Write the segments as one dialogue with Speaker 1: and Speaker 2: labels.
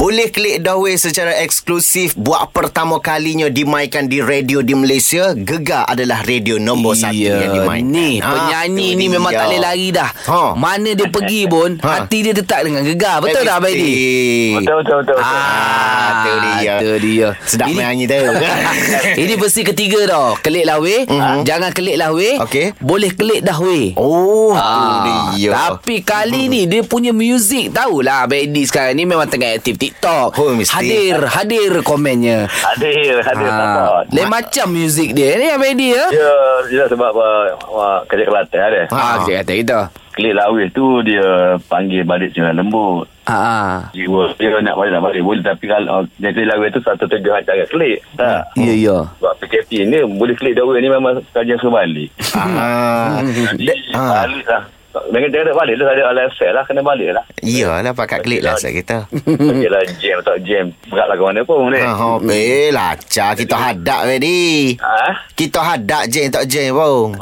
Speaker 1: Boleh klik Dawei secara eksklusif buat pertama kalinya dimainkan di radio di Malaysia. Gegar adalah radio nombor satu yang dimainkan.
Speaker 2: Ni
Speaker 1: Ah, tu
Speaker 2: penyanyi ni
Speaker 1: dia.
Speaker 2: memang tak boleh lari dah
Speaker 1: Ha.
Speaker 2: Mana dia pergi pun
Speaker 1: Ha.
Speaker 2: Hati dia tetap dengan gegar Betul tak Abang Edi?
Speaker 3: Betul betul betul. betul.
Speaker 1: Ah, tu dia.
Speaker 2: tu dia.
Speaker 1: Sedap
Speaker 2: Ini-
Speaker 1: menyanyi tu.
Speaker 2: Ini versi ketiga tau Kelik lah weh
Speaker 1: Mhm.
Speaker 2: Jangan kelik lah weh
Speaker 1: Okey.
Speaker 2: Boleh kelik dah weh
Speaker 1: Oh,
Speaker 2: Ah,
Speaker 1: tu dia.
Speaker 2: Tapi kali ni Dia punya muzik Tahulah Abang Edi sekarang ni Memang tengah aktif TikTok
Speaker 1: Oh, mesti.
Speaker 2: Hadir Hadir komennya
Speaker 3: Ada ada
Speaker 2: Ah,
Speaker 3: support.
Speaker 2: Lain macam muzik dia ni Abang Edi ya
Speaker 3: Dia dia sebab uh, uh, kerja Kelantan ada.
Speaker 1: Ha.
Speaker 2: Ah, Okey kata kita
Speaker 3: Klik Lawis tu dia panggil balik sembilan lembut.
Speaker 2: Ah, ah.
Speaker 3: Jiwa dia nak balik nak balik boleh tapi kalau uh, dia klik Lawis tu satu tujuh hantar klik. Tak.
Speaker 2: Ya ya
Speaker 3: Sebab PKP ni boleh klik Dawa ni memang kajian sebalik.
Speaker 1: Ah,
Speaker 3: Jadi
Speaker 1: Ah.
Speaker 3: balik lah. Dengan dia kena balik lah ada alasan lah kena balik lah.
Speaker 1: iyalah pakai klik lah set kita.
Speaker 3: Okeylah jam tak jam berat lah ke mana pun ni.
Speaker 2: Ah.
Speaker 1: Ha, ha, eh, lacak. Kita hadap, Wedi.
Speaker 3: Ha?
Speaker 1: Kita hadap, jeng tak jeng, bong.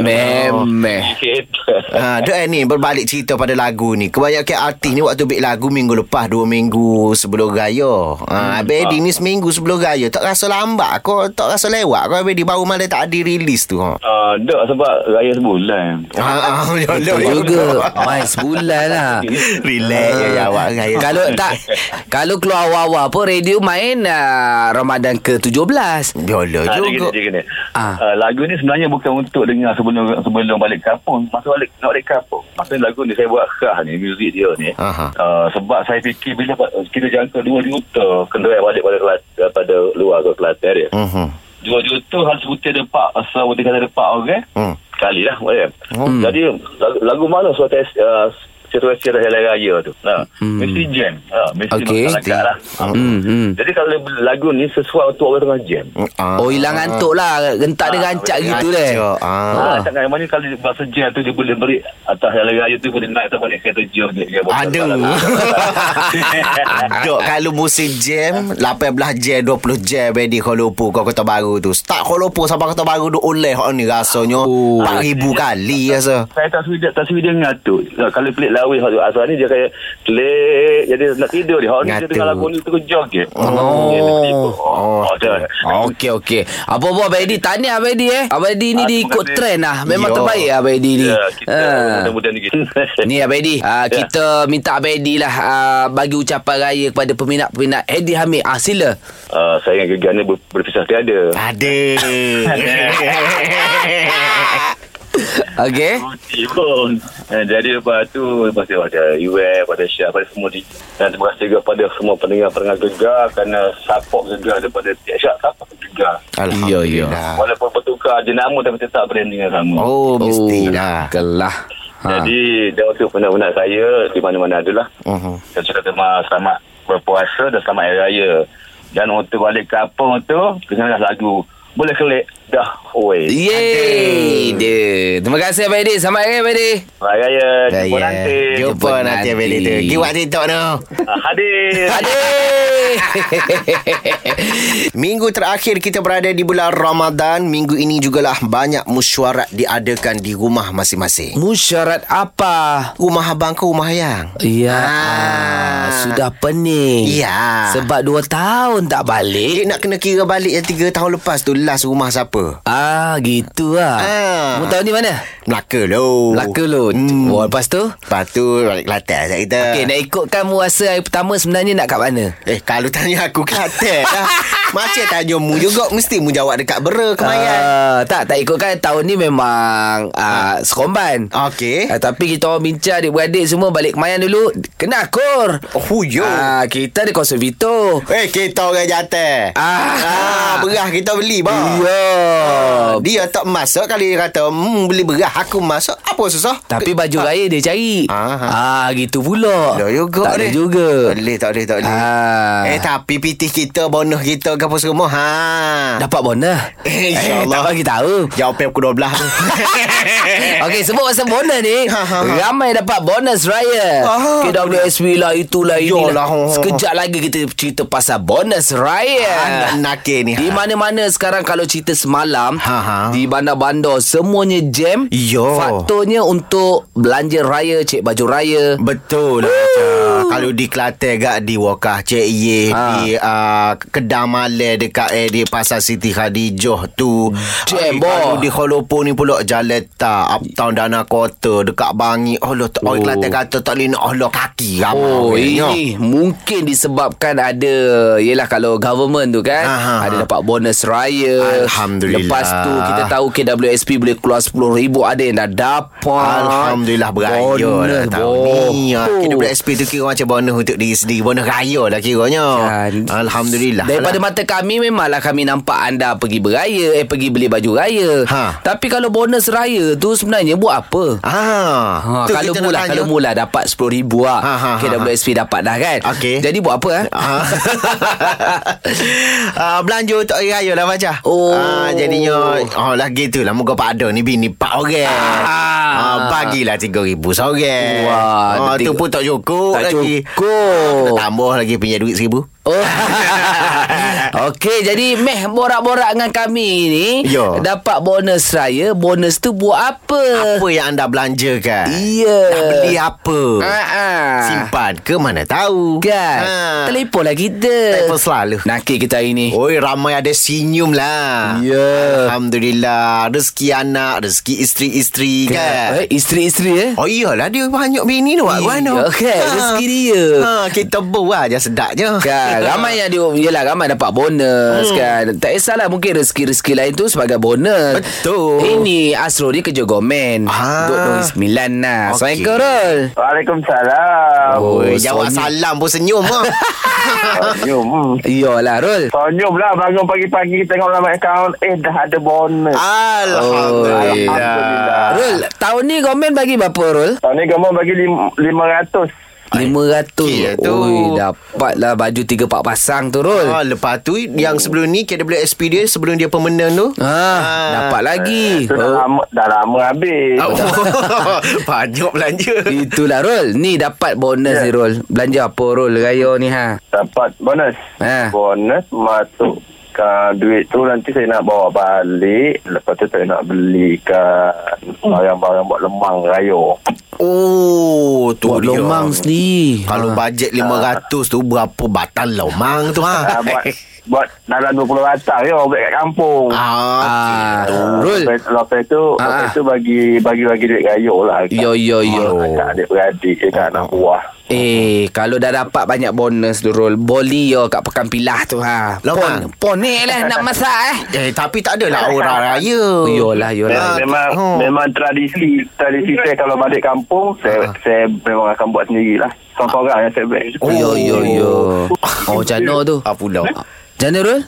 Speaker 3: Memang.
Speaker 2: Memeh
Speaker 3: Kita.
Speaker 1: Ha, duk eh, ni berbalik cerita pada lagu ni. Kebanyakan artis ni waktu bik lagu minggu lepas, dua minggu sebelum raya. Ha, hmm. Abang Edi ni seminggu sebelum raya. Tak rasa lambat kau, tak rasa lewat kau Abang Edi baru malam tak ada release tu. Ha.
Speaker 3: Uh, tak sebab raya lah. sebulan.
Speaker 1: Ha, ha, ha, ya
Speaker 2: Betul
Speaker 1: Allah, ya
Speaker 2: juga
Speaker 1: Allah.
Speaker 2: Main sebulan lah Ah.
Speaker 1: Relax ya, ya awak raya.
Speaker 2: Kalau tak Kalau keluar awal-awal pun Radio main uh, Ramadan ke-17
Speaker 1: ya Allah
Speaker 3: Ah, dia
Speaker 1: juga.
Speaker 3: kena, dia kena.
Speaker 2: Ah.
Speaker 3: Ah, lagu ni sebenarnya bukan untuk dengar sebelum sebelum balik kampung. Masa balik nak balik kampung. Masa lagu ni saya buat khas ni, muzik dia ni.
Speaker 1: Aha.
Speaker 3: Ah, sebab saya fikir bila buat- kita jangka 2 juta kenderaan balik pada Kelantan, daripada luar ke Kelantan dia.
Speaker 1: Mhm.
Speaker 3: 2 juta harus putih depak, asal putih kata depak orang.
Speaker 1: Hmm.
Speaker 3: Sekali lah boleh.
Speaker 1: Hmm.
Speaker 3: Jadi lagu, lagu mana suatu uh, situasi raya raya tu. Ha. Mesti jam. Ha, mesti
Speaker 2: Okey.
Speaker 3: makan angkat lah. Ha.
Speaker 2: hmm, hmm.
Speaker 3: Jadi kalau lagu ni sesuai untuk orang tengah jam.
Speaker 1: Ah.
Speaker 2: Oh hilang ngantuk lah Gentak dia
Speaker 3: Ah,
Speaker 2: rancak
Speaker 3: boleh
Speaker 2: gitu deh
Speaker 1: rancak, ah.
Speaker 2: Ah.
Speaker 3: Ha, tangan mana kalau bahasa jam tu dia boleh beri atas yang raya tu boleh naik tak balik kereta jam dia. lah. dia boleh-
Speaker 1: Aduh. lah. Dok kalau musim jam 18 jam 20 jam Ready Kuala Lumpur Kau Kota Baru tu Start Kuala Lumpur Sampai Kota Baru Duk oleh hak ni rasanya
Speaker 2: Oh.
Speaker 1: 4000 kali rasa
Speaker 3: Saya tak suruh dia, tak suruh dia ngatur. Nah, kalau pelik lawi hak asal ni dia kayak pelik jadi nak tidur dia. Hak ni dia
Speaker 1: Ngatur.
Speaker 3: dengar lagu ni terus joget.
Speaker 2: Oh.
Speaker 3: Dia tertidur. Oh.
Speaker 1: Oh.
Speaker 3: dah.
Speaker 2: Ah, Okey okey. Apa-apa Abang Edi tanya Abang Edi eh. Abang Edi ni
Speaker 3: Ah,
Speaker 2: diikut
Speaker 3: terima kasih.
Speaker 2: trend lah. Memang
Speaker 1: Yo.
Speaker 2: terbaik Abang Edi ni.
Speaker 3: Ya, kita
Speaker 2: Ah.
Speaker 3: mudah-mudahan Ya. ni kita.
Speaker 2: Ni Abang Edi uh, Kita minta Abang Edi lah uh, Bagi ucapan raya Kepada peminat-peminat Edi Hamid ah, Sila
Speaker 3: uh, saya dengan Gegan ni ber- berpisah tiada.
Speaker 1: Ada
Speaker 2: Okay
Speaker 3: Rutin pun. Eh, jadi lepas tu lepas tu ada Iwer, pada Syah, pada semua di, dan terima kasih juga pada semua pendengar-pendengar Gegar kerana support Gegar daripada tiap Syah support Gegar.
Speaker 1: Alhamdulillah
Speaker 3: Walaupun bertukar je nama tapi tetap brand dengan sama.
Speaker 1: Ah. Oh Ah. mesti
Speaker 2: lah
Speaker 1: lah
Speaker 2: Kelah ha.
Speaker 3: Jadi dan waktu penat-penat saya di mana-mana adalah.
Speaker 1: Mhm.
Speaker 3: Saya cakap terima selamat berpuasa dan selamat hari raya. Dan untuk balik kampung tu, kena lagu. Boleh kelik dah. Oi.
Speaker 2: Yeay dia. Terima kasih Abang Edi Selamat hari Abang Edi
Speaker 3: Selamat raya.
Speaker 1: Dah
Speaker 3: Jumpa
Speaker 1: ya
Speaker 3: nanti.
Speaker 1: Jumpa
Speaker 2: Jumpa
Speaker 1: nanti
Speaker 2: nanti.
Speaker 1: Abang Edi tu Pergi buat TikTok tu
Speaker 3: Ah, Hadir.
Speaker 2: Adik
Speaker 1: Minggu terakhir kita berada di bulan Ramadan Minggu ini jugalah banyak mesyuarat diadakan di rumah masing-masing
Speaker 2: Musyarat apa?
Speaker 1: Rumah abang ke rumah ayang?
Speaker 2: Ya
Speaker 1: Ah.
Speaker 2: Sudah pening
Speaker 1: Ya.
Speaker 2: Sebab dua tahun
Speaker 1: Eh,
Speaker 2: tak balik
Speaker 1: nak kena kira balik yang tiga tahun lepas tu last rumah siapa?
Speaker 2: Ah gitu lah
Speaker 1: Ah.
Speaker 2: Mu tahun ni mana?
Speaker 1: Melaka lo.
Speaker 2: Melaka lu
Speaker 1: Hmm.
Speaker 2: Oh. hmm. Ah. oh, Lepas tu
Speaker 1: Lepas tu balik Kelantan saya kita.
Speaker 2: Okay, nak ikutkan muasa hari pertama sebenarnya nak kat mana?
Speaker 1: Eh, kalau tanya aku Kelantan lah. Macam tanya mu juga mesti mu jawab dekat bera kemayan.
Speaker 2: Uh, tak, tak ikutkan tahun ni memang uh, seromban.
Speaker 1: Uh, Okey.
Speaker 2: Uh, tapi kita orang bincang adik-beradik semua balik Kemayan dulu. Kena akur.
Speaker 1: Oh, yo.
Speaker 2: Ah, kita ada konsert Vito.
Speaker 1: Eh, kita orang jantan. Ah,
Speaker 2: Ah.
Speaker 1: berah kita beli bah.
Speaker 2: Yo.
Speaker 1: Dia tak masuk kali dia kata, "Hmm, beli berah aku masuk. Apa susah?"
Speaker 2: Tapi baju raya dia cari.
Speaker 1: Ah.
Speaker 2: Ah, gitu pula.
Speaker 1: Tak juga
Speaker 2: Tak ada
Speaker 1: ni.
Speaker 2: juga.
Speaker 1: Tak boleh, tak boleh, tak boleh.
Speaker 2: Ah.
Speaker 1: Eh, tapi pitih kita, bonus kita, ke apa semua. Ha.
Speaker 2: Dapat bonus.
Speaker 1: Eh, insyaAllah.
Speaker 2: tak bagi tahu.
Speaker 1: Jawapan pukul 12 tu.
Speaker 2: Okey, sebut pasal bonus ni.
Speaker 1: Eh. Ha, ha, ha.
Speaker 2: ramai dapat bonus raya.
Speaker 1: Ah,
Speaker 2: KWSB lah, itulah,
Speaker 1: Yolah,
Speaker 2: inilah.
Speaker 1: ho, ho, ho.
Speaker 2: Sekejap lagi kita cerita pasal bonus raya.
Speaker 1: Anak nakir ni,
Speaker 2: Di
Speaker 1: ha.
Speaker 2: mana-mana sekarang kalau cerita smart malam
Speaker 1: Ha, ha.
Speaker 2: di bandar-bandar semuanya jam.
Speaker 1: Yo.
Speaker 2: Faktornya untuk belanja raya, cek baju raya.
Speaker 1: Betul lah Cak. Kalau di Kelantan gak di Wakah Cik Ye ha.
Speaker 2: Ha.
Speaker 1: Di uh, Kedah Malay Dekat eh, di Pasar Siti Khadijoh tu
Speaker 2: Jam,
Speaker 1: Eh,
Speaker 2: boh.
Speaker 1: Kalau di Holopur ni pula Jaleta Uptown Dana Kota Dekat Bangi Oh lah oh.
Speaker 2: Oh.
Speaker 1: Kelantan kata tak boleh nak Oh lah kaki ramai
Speaker 2: Oh,
Speaker 1: orang, yo.
Speaker 2: ini mungkin disebabkan ada Yelah kalau government tu kan
Speaker 1: Ha, ha,
Speaker 2: Ada
Speaker 1: ha.
Speaker 2: dapat bonus raya
Speaker 1: Alhamdulillah.
Speaker 2: Lepas tu kita tahu KWSP boleh keluar RM10,000 Ada yang dah dapat
Speaker 1: Alhamdulillah beraya lah tahun ni Ah,
Speaker 2: oh.
Speaker 1: Kita boleh SP tu kira macam bonus untuk diri sendiri Bonus raya lah kiranya
Speaker 2: Kan.
Speaker 1: Alhamdulillah
Speaker 2: Daripada
Speaker 1: lah.
Speaker 2: mata kami Memanglah kami nampak anda pergi beraya Eh pergi beli baju raya
Speaker 1: Ha.
Speaker 2: Tapi kalau bonus raya tu sebenarnya buat apa?
Speaker 1: Ah,
Speaker 2: Ha,
Speaker 1: tu
Speaker 2: kalau
Speaker 1: kita nak
Speaker 2: mula
Speaker 1: tanya.
Speaker 2: kalau mula dapat RM10,000 lah.
Speaker 1: Ha,
Speaker 2: Ha,
Speaker 1: ha,
Speaker 2: ha,
Speaker 1: ha,
Speaker 2: KWSP dapat dah kan.
Speaker 1: Okey.
Speaker 2: Jadi buat apa eh?
Speaker 1: Ah. ah, belanja untuk hari raya lah Fajar
Speaker 2: Oh.
Speaker 1: ah, Jadinya Oh lah gitu lah Muka Pak Adon ni bini Pak orang ah.
Speaker 2: Ah.
Speaker 1: ah bagilah RM3,000 seorang
Speaker 2: Wah,
Speaker 1: ah, Tu
Speaker 2: tiga-
Speaker 1: pun tak cukup
Speaker 2: Tak
Speaker 1: lagi
Speaker 2: cukup.
Speaker 1: ah, Tambah lagi punya duit RM1,000
Speaker 2: Oh. Okey, jadi meh borak-borak dengan kami ni
Speaker 1: Ya.
Speaker 2: dapat bonus raya. Bonus tu buat apa?
Speaker 1: Apa yang anda belanjakan
Speaker 2: Iya.
Speaker 1: Nak beli apa
Speaker 2: Ha ah.
Speaker 1: Simpan ke mana tahu
Speaker 2: Kan?
Speaker 1: ha.
Speaker 2: Telefonlah kita.
Speaker 1: Telefon selalu
Speaker 2: Nakik kita hari ni.
Speaker 1: Oi ramai ada senyum lah
Speaker 2: Ya.
Speaker 1: Alhamdulillah Rezeki anak Rezeki isteri-isteri kan
Speaker 2: Eh, isteri-isteri eh.
Speaker 1: Oh iyalah dia banyak bini tu Wak Wan tu
Speaker 2: Okey, rezeki dia.
Speaker 1: ha, Kita bau lah je sedap je
Speaker 2: Kan Ramai yang dia Yelah ramai dapat bonus hmm. kan Tak kisahlah Mungkin rezeki-rezeki lain tu Sebagai bonus
Speaker 1: Betul.
Speaker 2: Ini Astro ni kerja gomen
Speaker 1: Ah.
Speaker 2: Duduk Negeri Sembilan lah
Speaker 1: Okey.
Speaker 2: okay. Assalamualaikum Rol
Speaker 3: Waalaikumsalam.
Speaker 2: Oh.
Speaker 1: Oi,
Speaker 2: senyum.
Speaker 1: jawab salam pun senyum ha.
Speaker 3: Senyum.
Speaker 2: Iyalah Rol
Speaker 3: Senyum lah bangun pagi-pagi tengok dalam akaun. Eh, dah ada
Speaker 2: Oh,
Speaker 3: bonus.
Speaker 1: Alhamdulillah.
Speaker 3: Alhamdulillah.
Speaker 1: Ah.
Speaker 2: Rol Tahun ni gomen bagi berapa Rol?
Speaker 3: Tahun ni kamu bagi lim- 500.
Speaker 1: Okey lah
Speaker 2: 500
Speaker 1: tu.
Speaker 2: Ui dapatlah baju 3-4 pasang tu Rol
Speaker 1: Ha, lepas tu yang sebelum ni KWSP dia sebelum dia pemenang tu.
Speaker 2: ha, Dapat lagi
Speaker 3: Itu dah lama, dah lama habis.
Speaker 2: Ah.
Speaker 1: Oh. Banyak belanja.
Speaker 2: Itulah Rol Ni dapat bonus ni Rol Belanja apa Rol Raya ni ha
Speaker 3: Dapat bonus.
Speaker 2: Ha.
Speaker 3: Bonus masuk ke duit tu nanti saya nak bawa balik lepas tu saya nak belikan barang-barang buat lemang raya
Speaker 1: Oh, tu
Speaker 2: Buat
Speaker 1: dia.
Speaker 2: lomang sendiri
Speaker 1: Kalau
Speaker 2: Ah.
Speaker 1: bajet 500 tu berapa batal lomang tu ha?
Speaker 3: ha, buat buat dalam 20 ratus je ya, buat kat kampung
Speaker 1: Ah,
Speaker 2: Ah, Rol
Speaker 3: Lepas, lepas tu
Speaker 2: Ah.
Speaker 3: Lepas tu bagi Bagi-bagi duit raya lah kat-
Speaker 2: Yo yo yo.
Speaker 3: Kat adik-beradik Kat anak buah
Speaker 2: Eh, kalau dah dapat banyak bonus Nurul, boli yo kat pekan pilah tu ha.
Speaker 1: Lomang.
Speaker 2: Pon, ponik lah nak masak eh. Oh,
Speaker 1: eh tapi tak adalah orang raya.
Speaker 2: Yolah,
Speaker 3: Memang,
Speaker 2: yolah.
Speaker 3: memang,
Speaker 1: oh.
Speaker 3: memang tradisi tradisi saya kalau balik kampung saya saya memang akan buat sendirilah. Sampai orang yang saya buat.
Speaker 2: Ah. Oh, yo yo yo. Oh, jano tu.
Speaker 1: Ah pula.
Speaker 2: Jano Rul?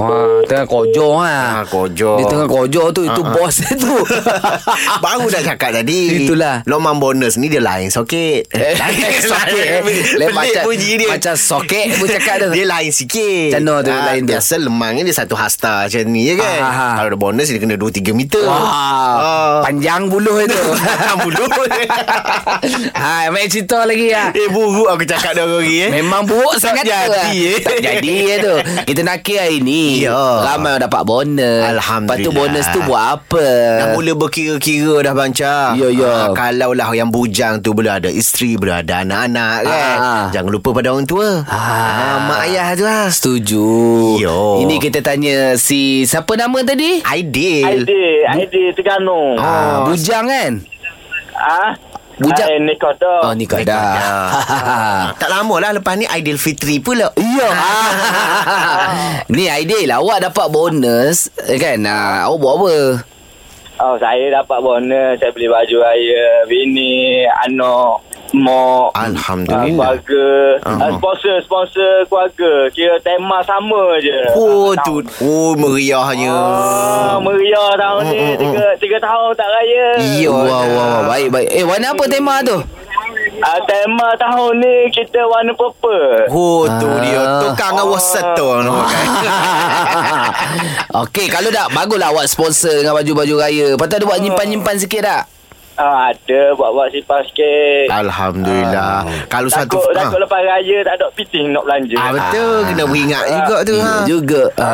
Speaker 2: Wah, tengah kojo ha.
Speaker 1: Ah, kojo.
Speaker 2: Dia tengah kojo tu,
Speaker 1: Ah,
Speaker 2: itu bos dia tu.
Speaker 1: Baru dah cakap tadi
Speaker 2: Itulah.
Speaker 1: Lomang bonus ni dia lain soket
Speaker 2: Eh, soket eh.
Speaker 1: Pelik
Speaker 2: Lain macam,
Speaker 1: bunyi dia
Speaker 2: macam soket pun cakap tu.
Speaker 1: Dia lain sikit Ah,
Speaker 2: Macam mana tu lain tu?
Speaker 1: Biasa lemang ni dia satu hasta macam ni je kan
Speaker 2: Ah, ah, ah.
Speaker 1: Kalau ada bonus dia kena 2-3 meter
Speaker 2: Wah,
Speaker 1: Ah.
Speaker 2: panjang buluh itu.
Speaker 1: Mulut
Speaker 2: ha, main cerita lagi ah.
Speaker 1: Eh buruk aku cakap dah orang eh
Speaker 2: Memang buruk
Speaker 1: Tak
Speaker 2: sangat
Speaker 1: jadi,
Speaker 2: tu lah.
Speaker 1: eh.
Speaker 2: Tak jadi ya tu Kita nakir hari ni
Speaker 1: Ya.
Speaker 2: Ramai orang dapat bonus
Speaker 1: Alhamdulillah.
Speaker 2: Lepas tu bonus tu buat apa
Speaker 1: Dah mula berkira-kira dah banca.
Speaker 2: Eh. Ya, ya.
Speaker 1: Ha, kalau lah yang bujang tu belum ada isteri, belum ada anak-anak kan.
Speaker 2: Ah, ah.
Speaker 1: Jangan lupa pada orang tua. Ha, mak ayah tu lah.
Speaker 2: Setuju
Speaker 1: Yo.
Speaker 2: Ini kita tanya si Siapa nama tadi?
Speaker 1: Ideal.
Speaker 3: ID Terengganu.
Speaker 2: Ah, Bujang kan?
Speaker 3: Ah.
Speaker 2: Bujang. Ah,
Speaker 3: ni kau tu.
Speaker 2: Oh ni kau dah
Speaker 1: Tak lama lah lepas ni Ideal Fitri pula.
Speaker 2: Ya Ni idea lah Awak dapat bonus eh, Kan ah, Awak buat apa?
Speaker 3: Oh, saya dapat bonus. Saya beli baju raya, bini, anak, mak.
Speaker 1: Ah, Alhamdulillah.
Speaker 3: keluarga
Speaker 1: Ah.
Speaker 3: uh, Sponsor Sponsor keluarga Kira tema sama je
Speaker 1: Oh
Speaker 3: Tak
Speaker 1: tu. Oh meriahnya.
Speaker 3: Ah, meriah tahun
Speaker 1: ah,
Speaker 3: ni tiga, tiga tahun tak raya
Speaker 1: Ya.
Speaker 2: Wah wah wah Baik baik Eh warna apa tema tu?
Speaker 3: Ah, Tema tahun ni Kita warna purple
Speaker 1: Oh tu
Speaker 2: Ah.
Speaker 1: dia. Tukang dengan wasat tu.
Speaker 4: Ah.
Speaker 2: Ah. Okey kalau tak Baguslah awak sponsor Dengan baju-baju raya Lepas tu ada buat nyimpan-nyimpan sikit tak?
Speaker 3: Ah,
Speaker 4: Ha, ada buat-buat sipar sikit.
Speaker 1: Alhamdulillah.
Speaker 2: Ah.
Speaker 1: Kalau Ah, satu
Speaker 4: takut, takut lepas raya tak ada fitting nak belanja.
Speaker 1: Ah betul kena beringat juga tu ha.
Speaker 2: Juga. Ah.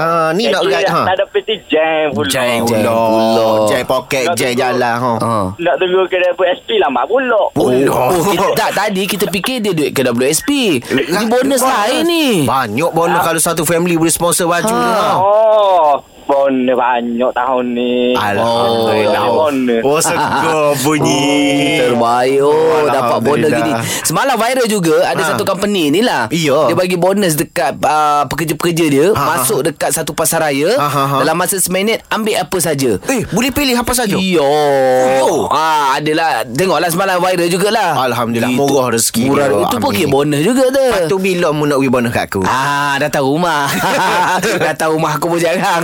Speaker 1: Ah, ni nak
Speaker 4: Actually,
Speaker 1: rat, ha.
Speaker 4: Tak ada fitting jam pula.
Speaker 2: Jam
Speaker 1: Jai
Speaker 2: pula.
Speaker 1: pula Jai poket
Speaker 4: Nak
Speaker 1: Jai
Speaker 4: tunggu.
Speaker 1: jalan ha.
Speaker 2: Ah.
Speaker 4: Nak tunggu kedai PSP lama pula.
Speaker 2: Oh,
Speaker 1: Pula.
Speaker 2: oh kita, tak tadi kita fikir dia duit ke WSP. Ni Lah, bonus lain ni.
Speaker 1: Banyak
Speaker 2: Ah.
Speaker 1: bonus kalau satu family boleh sponsor baju ha. ha.
Speaker 4: Oh, bonus banyak tahun ni.
Speaker 1: Alhamdulillah.
Speaker 4: Oh, bonus.
Speaker 1: Oh, segar bunyi.
Speaker 2: Terbaik oh, Dapat bonus gini
Speaker 1: Alhamdulillah.
Speaker 2: Semalam viral juga Ada
Speaker 1: Ha.
Speaker 2: satu company ni lah
Speaker 1: Iya.
Speaker 2: Dia bagi bonus dekat uh, Pekerja-pekerja dia
Speaker 1: ha.
Speaker 2: Masuk dekat satu pasaraya
Speaker 1: Ha, ha, ha.
Speaker 2: Dalam masa seminit Ambil apa saja
Speaker 1: Eh, boleh pilih apa saja.
Speaker 2: Yo. Ah, adalah tengoklah semalam viral jugalah.
Speaker 1: Alhamdulillah,
Speaker 2: Itu-
Speaker 1: murah rezeki
Speaker 2: Murah.
Speaker 1: dia.
Speaker 2: Itu pun
Speaker 1: Amin.
Speaker 2: kira bonus juga tu.
Speaker 1: Lepas tu bila mu nak bagi bonus kat aku?
Speaker 2: Ah, datang rumah. datang rumah aku pun jarang.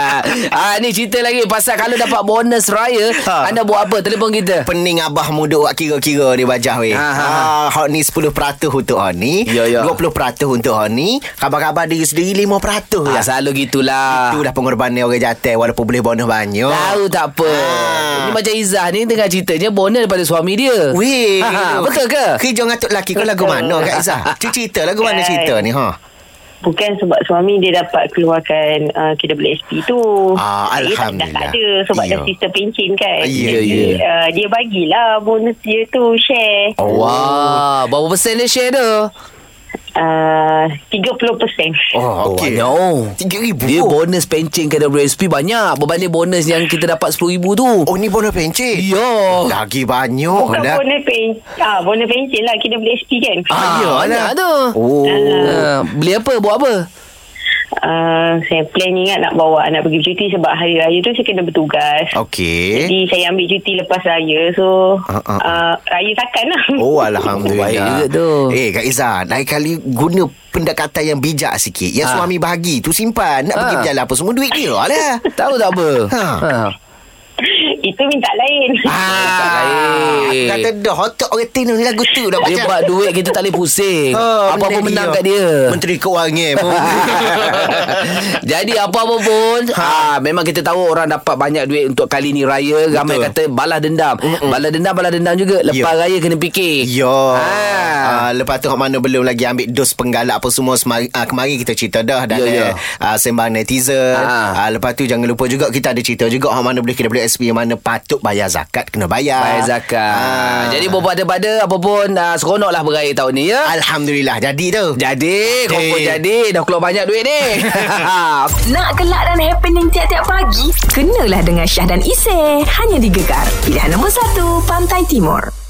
Speaker 2: ah, ni cerita lagi pasal kalau dapat bonus raya,
Speaker 1: Ha.
Speaker 2: anda buat apa? Telefon kita.
Speaker 1: Pening abah muda awak kira-kira di wajah weh.
Speaker 2: Ha,
Speaker 1: Ha,
Speaker 2: ha,
Speaker 1: ha, hak ni 10% untuk hak ni,
Speaker 2: Ya, ya.
Speaker 1: 20% untuk hak ni, khabar-khabar diri sendiri 5% ya.
Speaker 2: Ah, selalu gitulah.
Speaker 1: Itu dah pengorbanan orang jantan walaupun boleh bonus banyak.
Speaker 2: Tahu tak apa.
Speaker 1: Ah.
Speaker 2: Ini macam Izzah ni tengah ceritanya bonus daripada suami dia.
Speaker 1: Weh,
Speaker 2: Ha, ha, betul ke?
Speaker 1: Kerja ngatuk lelaki kau lagu
Speaker 5: Betul.
Speaker 1: mana Kak Izzah? Cik cerita lagu mana
Speaker 5: Kan.
Speaker 1: cerita ni ha?
Speaker 5: Bukan sebab suami dia dapat keluarkan uh, KWSP tu.
Speaker 1: Ah,
Speaker 5: Dia tak- Dah
Speaker 1: Alhamdulillah.
Speaker 5: tak ada sebab
Speaker 1: Ya.
Speaker 5: dah sister pencin
Speaker 1: Ah,
Speaker 5: kan.
Speaker 1: ya,
Speaker 5: Jadi,
Speaker 2: ya.
Speaker 5: Uh, dia bagilah bonus dia tu share.
Speaker 1: Oh.
Speaker 2: Wah, berapa persen dia share tu?
Speaker 5: Uh, 30%.
Speaker 1: Oh, okey.
Speaker 2: banyak. Oh.
Speaker 1: RM3,000.
Speaker 2: Dia bonus pencen ke WSP banyak Berbanding bonus yang kita dapat RM10,000 tu
Speaker 1: Oh ni bonus pencen.
Speaker 2: Ya
Speaker 1: Lagi banyak
Speaker 5: Bukan
Speaker 1: lah.
Speaker 5: bonus pencin. Ah, bonus pencin lah KWSP kan.
Speaker 2: Ah,
Speaker 1: ya
Speaker 2: banyak
Speaker 1: lah.
Speaker 2: tu
Speaker 1: Oh.
Speaker 2: Ah, Beli apa? Buat apa?
Speaker 5: Uh, saya plan ingat nak bawa anak pergi cuti sebab hari raya tu saya kena bertugas.
Speaker 1: Okey.
Speaker 5: Jadi saya ambil cuti lepas raya So
Speaker 1: Ah,
Speaker 5: uh,
Speaker 1: ah,
Speaker 5: uh, uh, Raya takkan lah
Speaker 1: Oh
Speaker 2: Baik
Speaker 1: Alhamdulillah
Speaker 2: juga tu.
Speaker 1: Eh Kak Izzah Lain kali guna pendekatan yang bijak sikit Yang
Speaker 2: Ha.
Speaker 1: suami bahagi tu simpan Nak
Speaker 2: Ha.
Speaker 1: pergi berjalan apa semua duit dia lah
Speaker 2: Tahu tak apa? Ah.
Speaker 1: Ha.
Speaker 5: Itu minta lain
Speaker 1: Ah,
Speaker 2: tak lain.
Speaker 1: Kata dah Otak orang tino ni lagu tu dah
Speaker 2: Ah, Dia
Speaker 1: macam-
Speaker 2: buat duit kita tak boleh pusing
Speaker 1: Oh,
Speaker 2: Apa-apa
Speaker 1: benda
Speaker 2: menang kat dia
Speaker 1: Menteri Keuangan pun
Speaker 2: Jadi apa-apa pun ha. Memang kita tahu orang dapat banyak duit Untuk kali ni raya Ramai
Speaker 1: Betul.
Speaker 2: kata balas dendam Mm-mm. Balas dendam, balas dendam juga Lepas
Speaker 1: Ya.
Speaker 2: raya kena fikir
Speaker 1: Yo. Ah.
Speaker 2: Ah.
Speaker 1: lepas tu hak mana belum lagi ambil dos penggalak apa semua semari, ah, kemarin kita cerita dah dan
Speaker 2: Yo, yo.
Speaker 1: yeah, yeah. ah, sembang netizen.
Speaker 2: Ah.
Speaker 1: Ah. lepas tu jangan lupa juga kita ada cerita juga hak mana boleh kena boleh SP yang mana patut bayar zakat kena bayar.
Speaker 2: Bayar zakat
Speaker 1: Ah.
Speaker 2: Jadi berpada-pada Apa pun uh, Seronok lah beraya tahun ni ya
Speaker 1: Alhamdulillah jadi tu.
Speaker 2: Jadi Kau pun
Speaker 1: Jadi.
Speaker 2: jadi Dah keluar banyak duit ni Ha,
Speaker 6: Nak gelak dan happening tiap-tiap pagi? Kenalah dengan Syah dan Isy. Hanya di Gegar. Pilihan nombor 1, Pantai Timur.